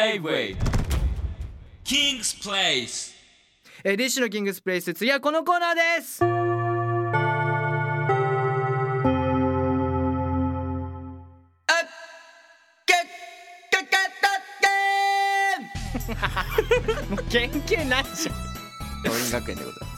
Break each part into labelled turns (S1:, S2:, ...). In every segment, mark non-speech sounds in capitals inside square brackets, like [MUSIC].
S1: J-Way King's Place
S2: えー、リッシュのキングスプレイス次はこのコーナーです [LAUGHS] もう研究ないじゃ
S3: [LAUGHS]
S2: ん
S3: 桐蔭学園でございます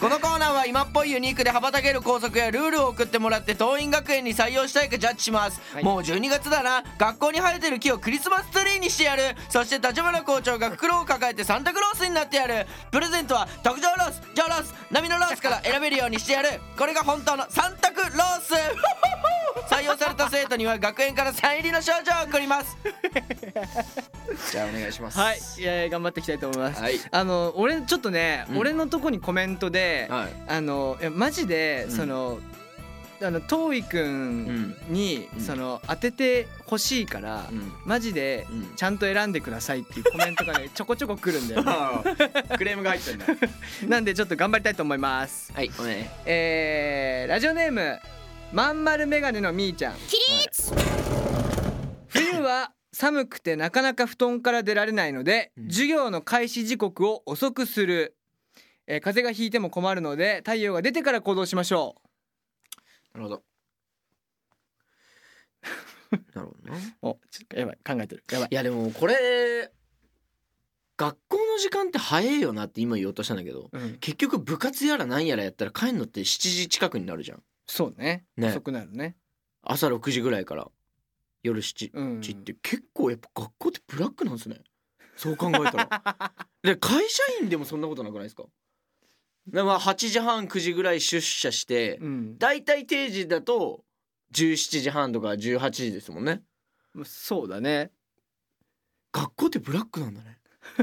S3: このコーナーは今っぽいユニークで羽ばたける校則やルールを送ってもらって桐蔭学園に採用したいかジャッジします、
S2: はい
S3: もう12月だな学校に生えてる木をクリスマスツリーにしてやるそして立花校長が袋を抱えてサンタクロースになってやるプレゼントは特上ロース上ロース波のロースから選べるようにしてやるこれが本当のサンタクロース採用された生徒には学園からサイン入りの賞状を送りますじゃあお願いします
S2: はいいやいや頑張っていきたいと思います、
S3: はい
S2: あの俺ちょっとね、
S3: うん
S2: 俺のとこにコメントで、
S3: はい
S2: あのいやマジで、
S3: うん
S2: そのあの遠井くんに、
S3: うん
S2: その当ててほしいから、
S3: うん
S2: マジで
S3: うん
S2: ちゃんと選んでくださいっていうコメントがねちょこちょこ来るんだ
S3: [LAUGHS]
S2: よ、ね、
S3: クレームが入ってんだ
S2: [LAUGHS] なんでちょっと頑張りたいと思います
S3: はいお願い
S2: えー、ラジオネームまんまるメガネのみーちゃん
S4: 起立
S2: 冬は寒くてなかなか布団から出られないので、
S3: うん
S2: 授業の開始時刻を遅くする、えー風邪がひいても困るので太陽が出てから行動しましょ
S3: なるほど。なるほ [LAUGHS] どね。
S2: うおちょっとやばい考えてるやばい
S3: いやでもこれ学校の時間って早いよなって今言おうとしたんだけど
S2: うん、
S3: 結局部活やらなんやらやったら帰んのって7時近くになるじゃん
S2: そうね
S3: ね
S2: 遅くなるね
S3: 朝6時ぐらいから夜7
S2: うん
S3: 時って結構やっぱ学校ってブラックなんですねそう考えたら
S2: [LAUGHS]
S3: で会社員でもそんなことなくないですかでまあ8時半9時ぐらい出社して
S2: うん、
S3: 大体定時だと17時半とか18時ですもんね
S2: そうだね
S3: 学校ってブラックなんだね [LAUGHS] う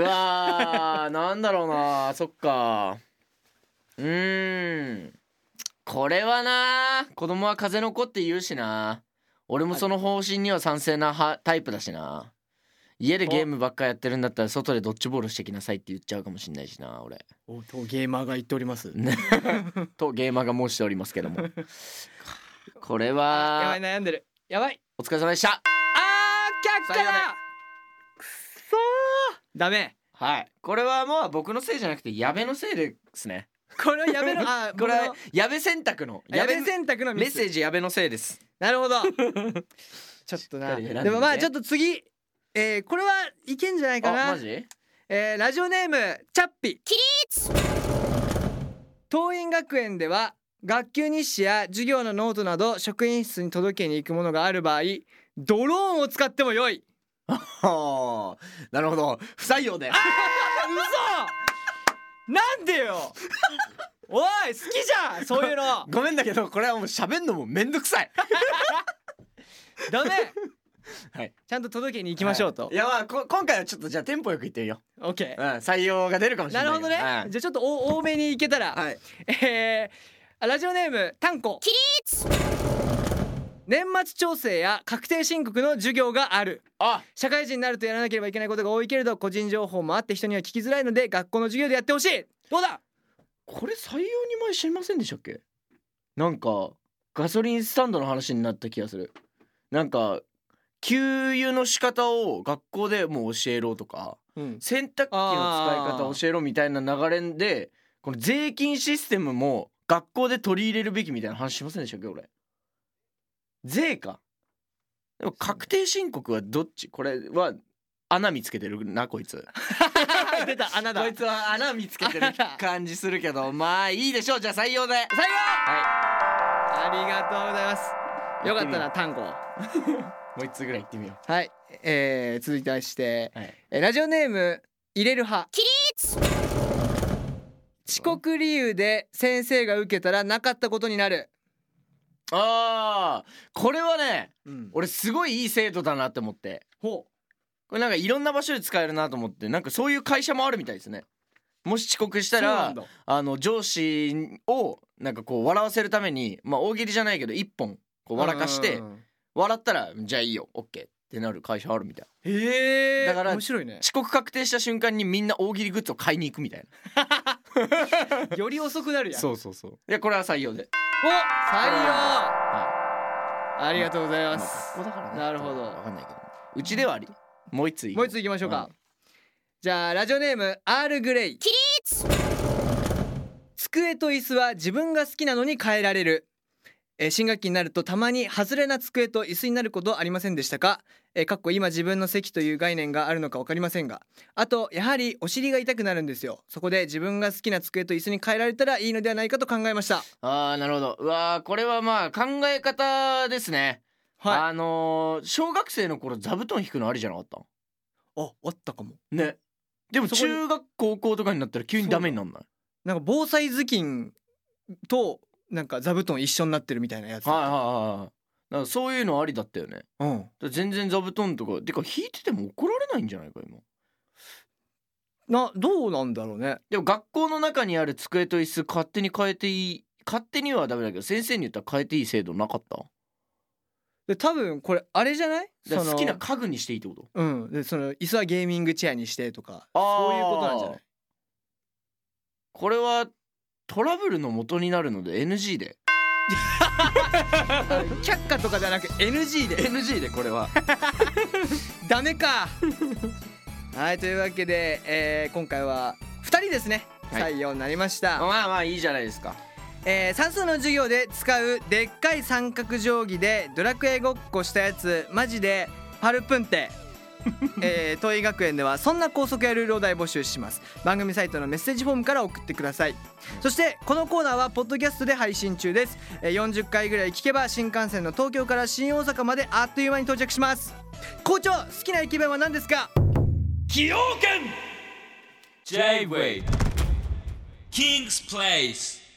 S3: わーなんだろうなそっかうーんこれはな子供は風の子って言うしな俺もその方針には賛成な派タイプだしな家でゲームばっかやってるんだったら外でドッジボールしてきなさいって言っちゃうかもしんないしな俺 [LAUGHS]
S2: おとゲーマーが言っております
S3: とゲーマーが申しておりますけどもこれ
S2: やば
S3: はい
S2: 悩んでるやばい
S3: お疲れ様でした
S2: あー却下
S3: さような
S2: だくそーダメ
S3: はい。これはもう僕のせいじゃなくて、矢部のせいですね。
S2: これをやめ [LAUGHS] ろあー
S3: これ
S2: 僕の
S3: は矢部選択の。
S2: やめ
S3: 選
S2: 選択の
S3: メ
S2: ミ
S3: ッ
S2: ス
S3: セージ矢部のせいです。
S2: なるほ [LAUGHS] どちょっと
S3: しっ
S2: な
S3: かり選んで
S2: でもまあ
S3: ね
S2: ちょっと次えー、これはいけんじゃないか
S3: あ、
S2: な
S3: マ、ジ
S2: えー、ラジオネームチャッピ
S4: 起立
S2: 桐蔭学園では学級日誌や授業のノートなど職員室に届けに行くものがある場合ドローンを使っても良い
S3: はあ、なるほど。不採用で。
S2: 嘘なんで [LAUGHS] よおい好きじゃんそういうの
S3: ごめんだけど、これはもう喋んのもめんどくさい。
S2: ダメ [LAUGHS]
S3: はい
S2: ちゃんと届けに行きましょうと、
S3: はいいや、まあこ、今回はちょっとじゃあテンポよくいってみよう。
S2: オッケ
S3: う
S2: ー
S3: ん、採用が出るかもしれ
S2: な
S3: ない
S2: るほ
S3: け。
S2: どね、
S3: はい
S2: じゃあちょっとお多めにいけたら、
S3: はい。
S2: えー、ラジオネームタンコ
S4: 起立
S2: 年末調整や確定申告の授業がある
S3: あ、
S2: 社会人になるとやらなければいけないことが多いけれど個人情報もあって人には聞きづらいので学校の授業でやってほしいどうだ
S3: これ採用に前知りませんでしたっけなんかガソリンスタンドの話になった気がするなんか給油の仕方を学校でもう教えろとか
S2: うん
S3: 洗濯機の使い方を教えろみたいな流れでこの税金システムも学校で取り入れるべきみたいな話しませんでしたっけ俺税かでも確定申告はどっちこれは穴見つけてるなこいつ
S2: [LAUGHS] 出た穴だ
S3: こいつは穴見つけてる感じするけ
S2: [LAUGHS]
S3: どまあいいでしょうじゃあ採用で
S2: 最後、ありがとうございますよかった
S3: や
S2: な
S3: っ
S2: タンコ
S3: もう一つぐらい行ってみよ
S2: はい、えー、続いてまして、
S3: う。はい。
S2: えーラジオネーム入れる派
S4: 起立
S2: 遅刻理由で先生が受けたらなかったことになる、
S3: ああ、これはね、
S2: うん、
S3: 俺すごいいい制度だなって思って。
S2: ほ
S3: これなんかいろんな場所で使えるなと思って、なんかそういう会社もあるみたいですね。もし遅刻したら、あの上司をなんかこう笑わせるために、まあ大喜利じゃないけど一本こう笑かして、笑ったらじゃあいいよ、オッケーってなる会社あるみたい。
S2: へえ
S3: だから
S2: 面白いね
S3: 遅刻確定した瞬間にみんな大喜利グッズを買いに行くみたい
S2: [LAUGHS] より遅くな
S3: な。
S2: るやん
S3: うそうそう。いやこれは採用で。
S2: お採用、
S3: は
S2: ありがとうございます
S3: あ学校だからね
S2: なるほど
S3: わかんないけどうちではありもう一ついい
S2: もう一ついきましょうか、
S3: うん
S2: じゃあラジオネーム R グレイ起立机と椅子は自分が好きなのに変えられるえー新学期になるとたまに外れな机と椅子になることありませんでしたかえーかっこ今自分の席という概念があるのか分かりませんがあとやはりお尻が痛くなるんですよそこで自分が好きな机と椅子に変えられたらいいのではないかと考えました
S3: ああなるほどうわーこれはまあ考え方ですね、
S2: はい
S3: あのー小学生の頃座布団引くのありじゃなかった
S2: ああったかも
S3: ねでも
S2: そこに
S3: 中学高校とかになったら急にダメになんない
S2: なんか防災頭巾となんか座布団一緒になってるみたいなやつ、
S3: はいはいはいはいなんかそういうのありだったよねだか
S2: うん
S3: ら全然座布団とかてか引いてても怒られないんじゃないか今
S2: などうなんだろうね
S3: でも学校の中にある机と椅子勝手に変えていい勝手にはダメだけど先生に言ったら変えていい制度なかった
S2: で多分これあれじゃない
S3: だか
S2: そ
S3: ら
S2: の
S3: 好きな家具にしていいってこと
S2: うんでその椅子はゲーミングチェアにしてとか
S3: あー
S2: そういうことなんじゃない
S3: これはトラブルの元になるので NG で
S2: 却下とかじゃなく NG で
S3: NG でこれは
S2: ダメ
S3: [LAUGHS]
S2: かはいというわけで、えー今回は2人ですね
S3: はい
S2: 採用になりました、
S3: [LAUGHS] まあまあいいじゃないですか
S2: えー算数の授業で使うでっかい三角定規でドラクエごっこしたやつマジでパルプンテえー、東映学園ではそんな校則やルールを大募集します番組サイトのメッセージフォームから送ってくださいそしてこのコーナーはポッドキャストで配信中です、えー、40回ぐらい聞けば新幹線の東京から新大阪まであっという間に到着します校長好きな駅弁は何ですか
S1: J-Wave King's Place